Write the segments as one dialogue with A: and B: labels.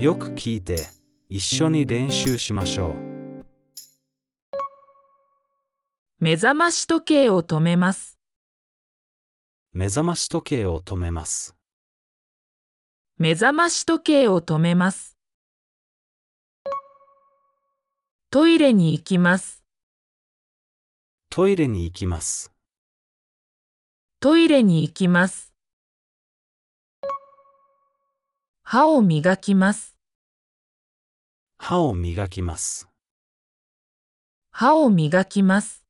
A: よく聞いて一緒に練習しましょう
B: 目覚まし時計を止めます。
A: 目覚まし時計を止めます
B: 目覚まし時計を止めます。トイレに行きます。
A: トイレに行きます
B: トイレに行きます。歯を磨きます。
A: 歯を磨きます
B: 歯を磨きます。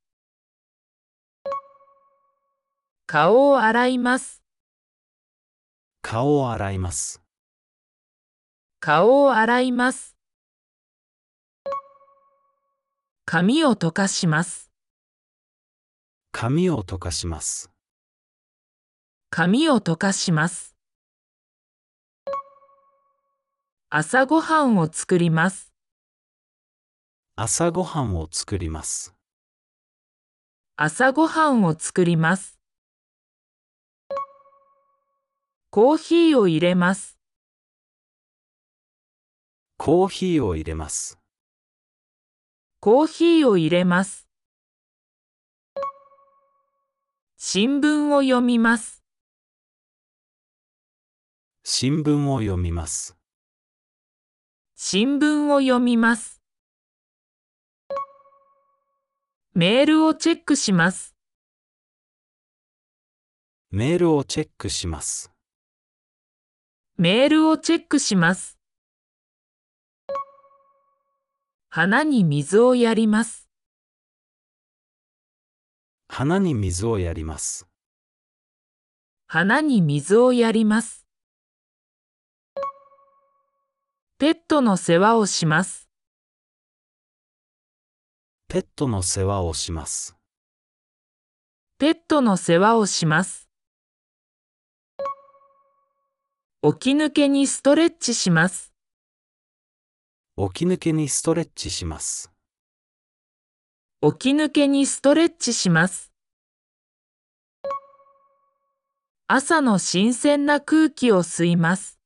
B: 顔を洗います。
A: 顔を洗います
B: 顔を洗います。髪を溶かします。
A: 髪を溶かします
B: 髪を溶かします。朝ごはんを作ります。
A: 朝ごはんを作ります
B: 朝ごはんを作ります。コーヒーを入れます。
A: コーヒーを入れます
B: コーヒーを入れます。新聞を読みます。
A: 新聞を読みます
B: 新聞を読みます。メールをチェックします。
A: メールをチェックします
B: メールをチェックします。花に水をやります。
A: 花に水をやります
B: 花に水をやります。ペットの世話をします。
A: ペットの世話をします
B: ペットの世話をします。起き抜けにストレッチします。
A: 起き抜けにストレッチします
B: 起き抜けにストレッチします。朝の新鮮な空気を吸います。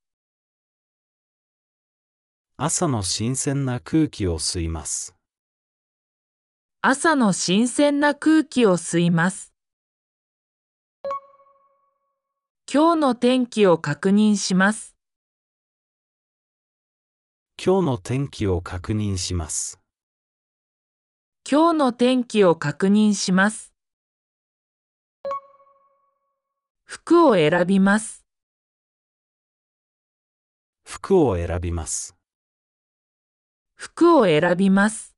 A: 朝の新鮮な空気を吸います
B: 朝の新鮮な空気を吸います。今日の天気を確認します。
A: 今日の天気を確認します
B: 今日の天気を確認します。服を選びます。
A: 服を選びます
B: 服を選びます。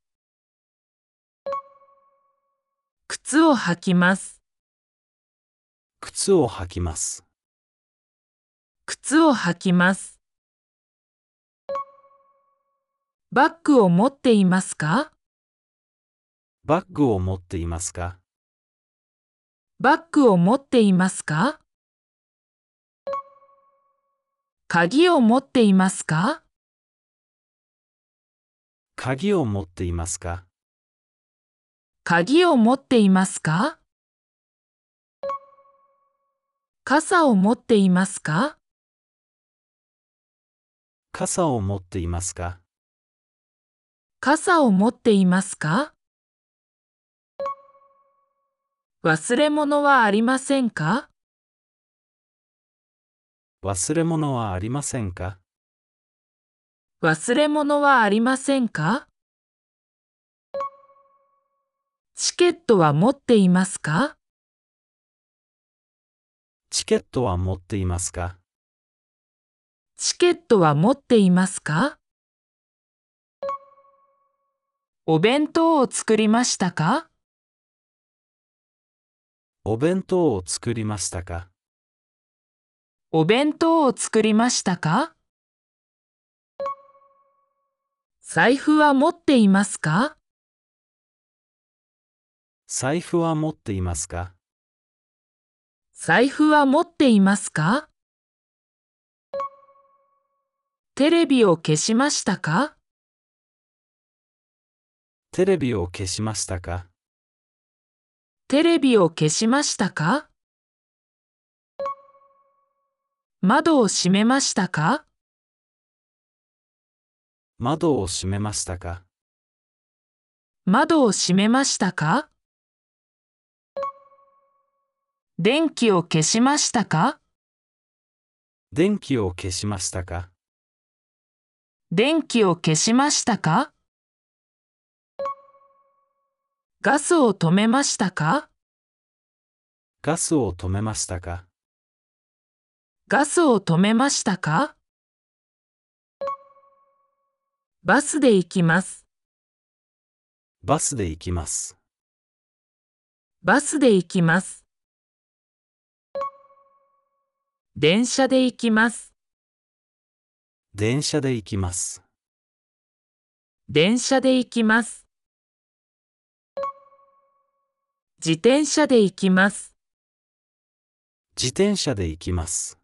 B: 靴を履きます。
A: 靴を履きます
B: 靴を履きます。バッグを持っていますか
A: バッグを持っていますか
B: バッグを持っていますか鍵を持っていますか
A: 鍵を持っていますか
B: 鍵を持っていますか傘を持っていますか
A: 傘を持っていますか
B: 傘を持っていますか忘れ物はありませんか
A: 忘れ物はありませんか
B: 忘れ物はありませんかチケットは持っていますか
A: チケットは持っていますか
B: チケットは持っていますかお弁当を作りましたか
A: お弁当を作りましたか
B: お弁当を作りましたか財布は持っていますか
A: 財布は持っていますか
B: 財布は持っていますかテレビを消しましたか
A: テレビを消しましたか
B: テレビを消しましたか窓を閉めましたか
A: 窓を閉めましたか
B: 窓を閉めましたか電気を消しましたか
A: 電気を消しましたか
B: 電気を消しましたかガスを止めましたか
A: ガスを止めましたか
B: ガスを止めましたかバスで行きます。
A: バスで行きます。
B: バスで行きます。電車で行きます。
A: 電車で行きます。
B: 電車で行きます。自転車で行きます。
A: 自転車で行きます。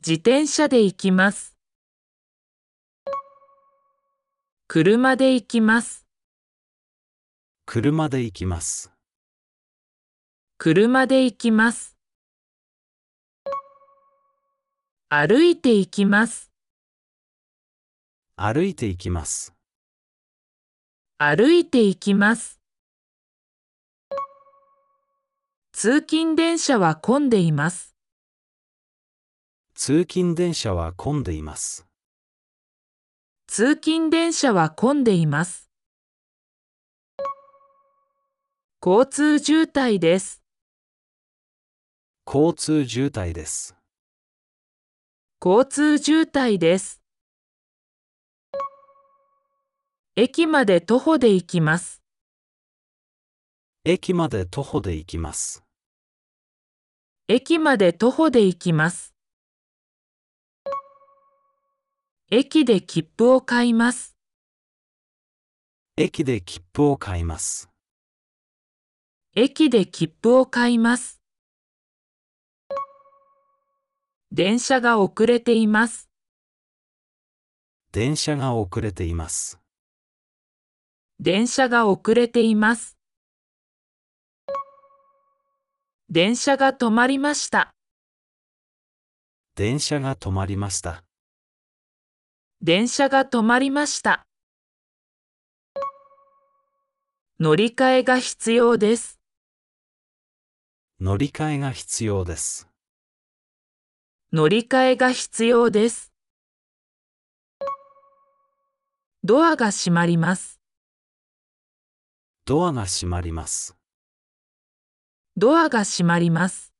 B: 自転車で行きます。車で行きます。
A: 車で行きます。
B: 車で行きます。歩いて行きます。
A: 歩いて行きます。
B: 歩いて行きます。通勤電車は混んでいます。
A: 通勤電車は混んでいます。
B: 通勤電車は混んでいます。交通渋滞です。
A: 交通渋滞です。
B: 交通渋滞です。駅まで徒歩で行きます。
A: 駅まで徒歩で行きます。
B: 駅まで徒歩で行きます。駅で切符を買います。
A: 駅で切符を買います。
B: 駅で切符を買います。電車が遅れています。
A: 電車が遅れています。
B: 電車が遅れています。電車が止まりました。
A: 電車が止まりました。
B: 電車が止まりました。乗り換えが必要です。
A: 乗り換えが必要です。
B: 乗り換えが必要です。ドアが閉まります。
A: ドアが閉まります。
B: ドアが閉まります。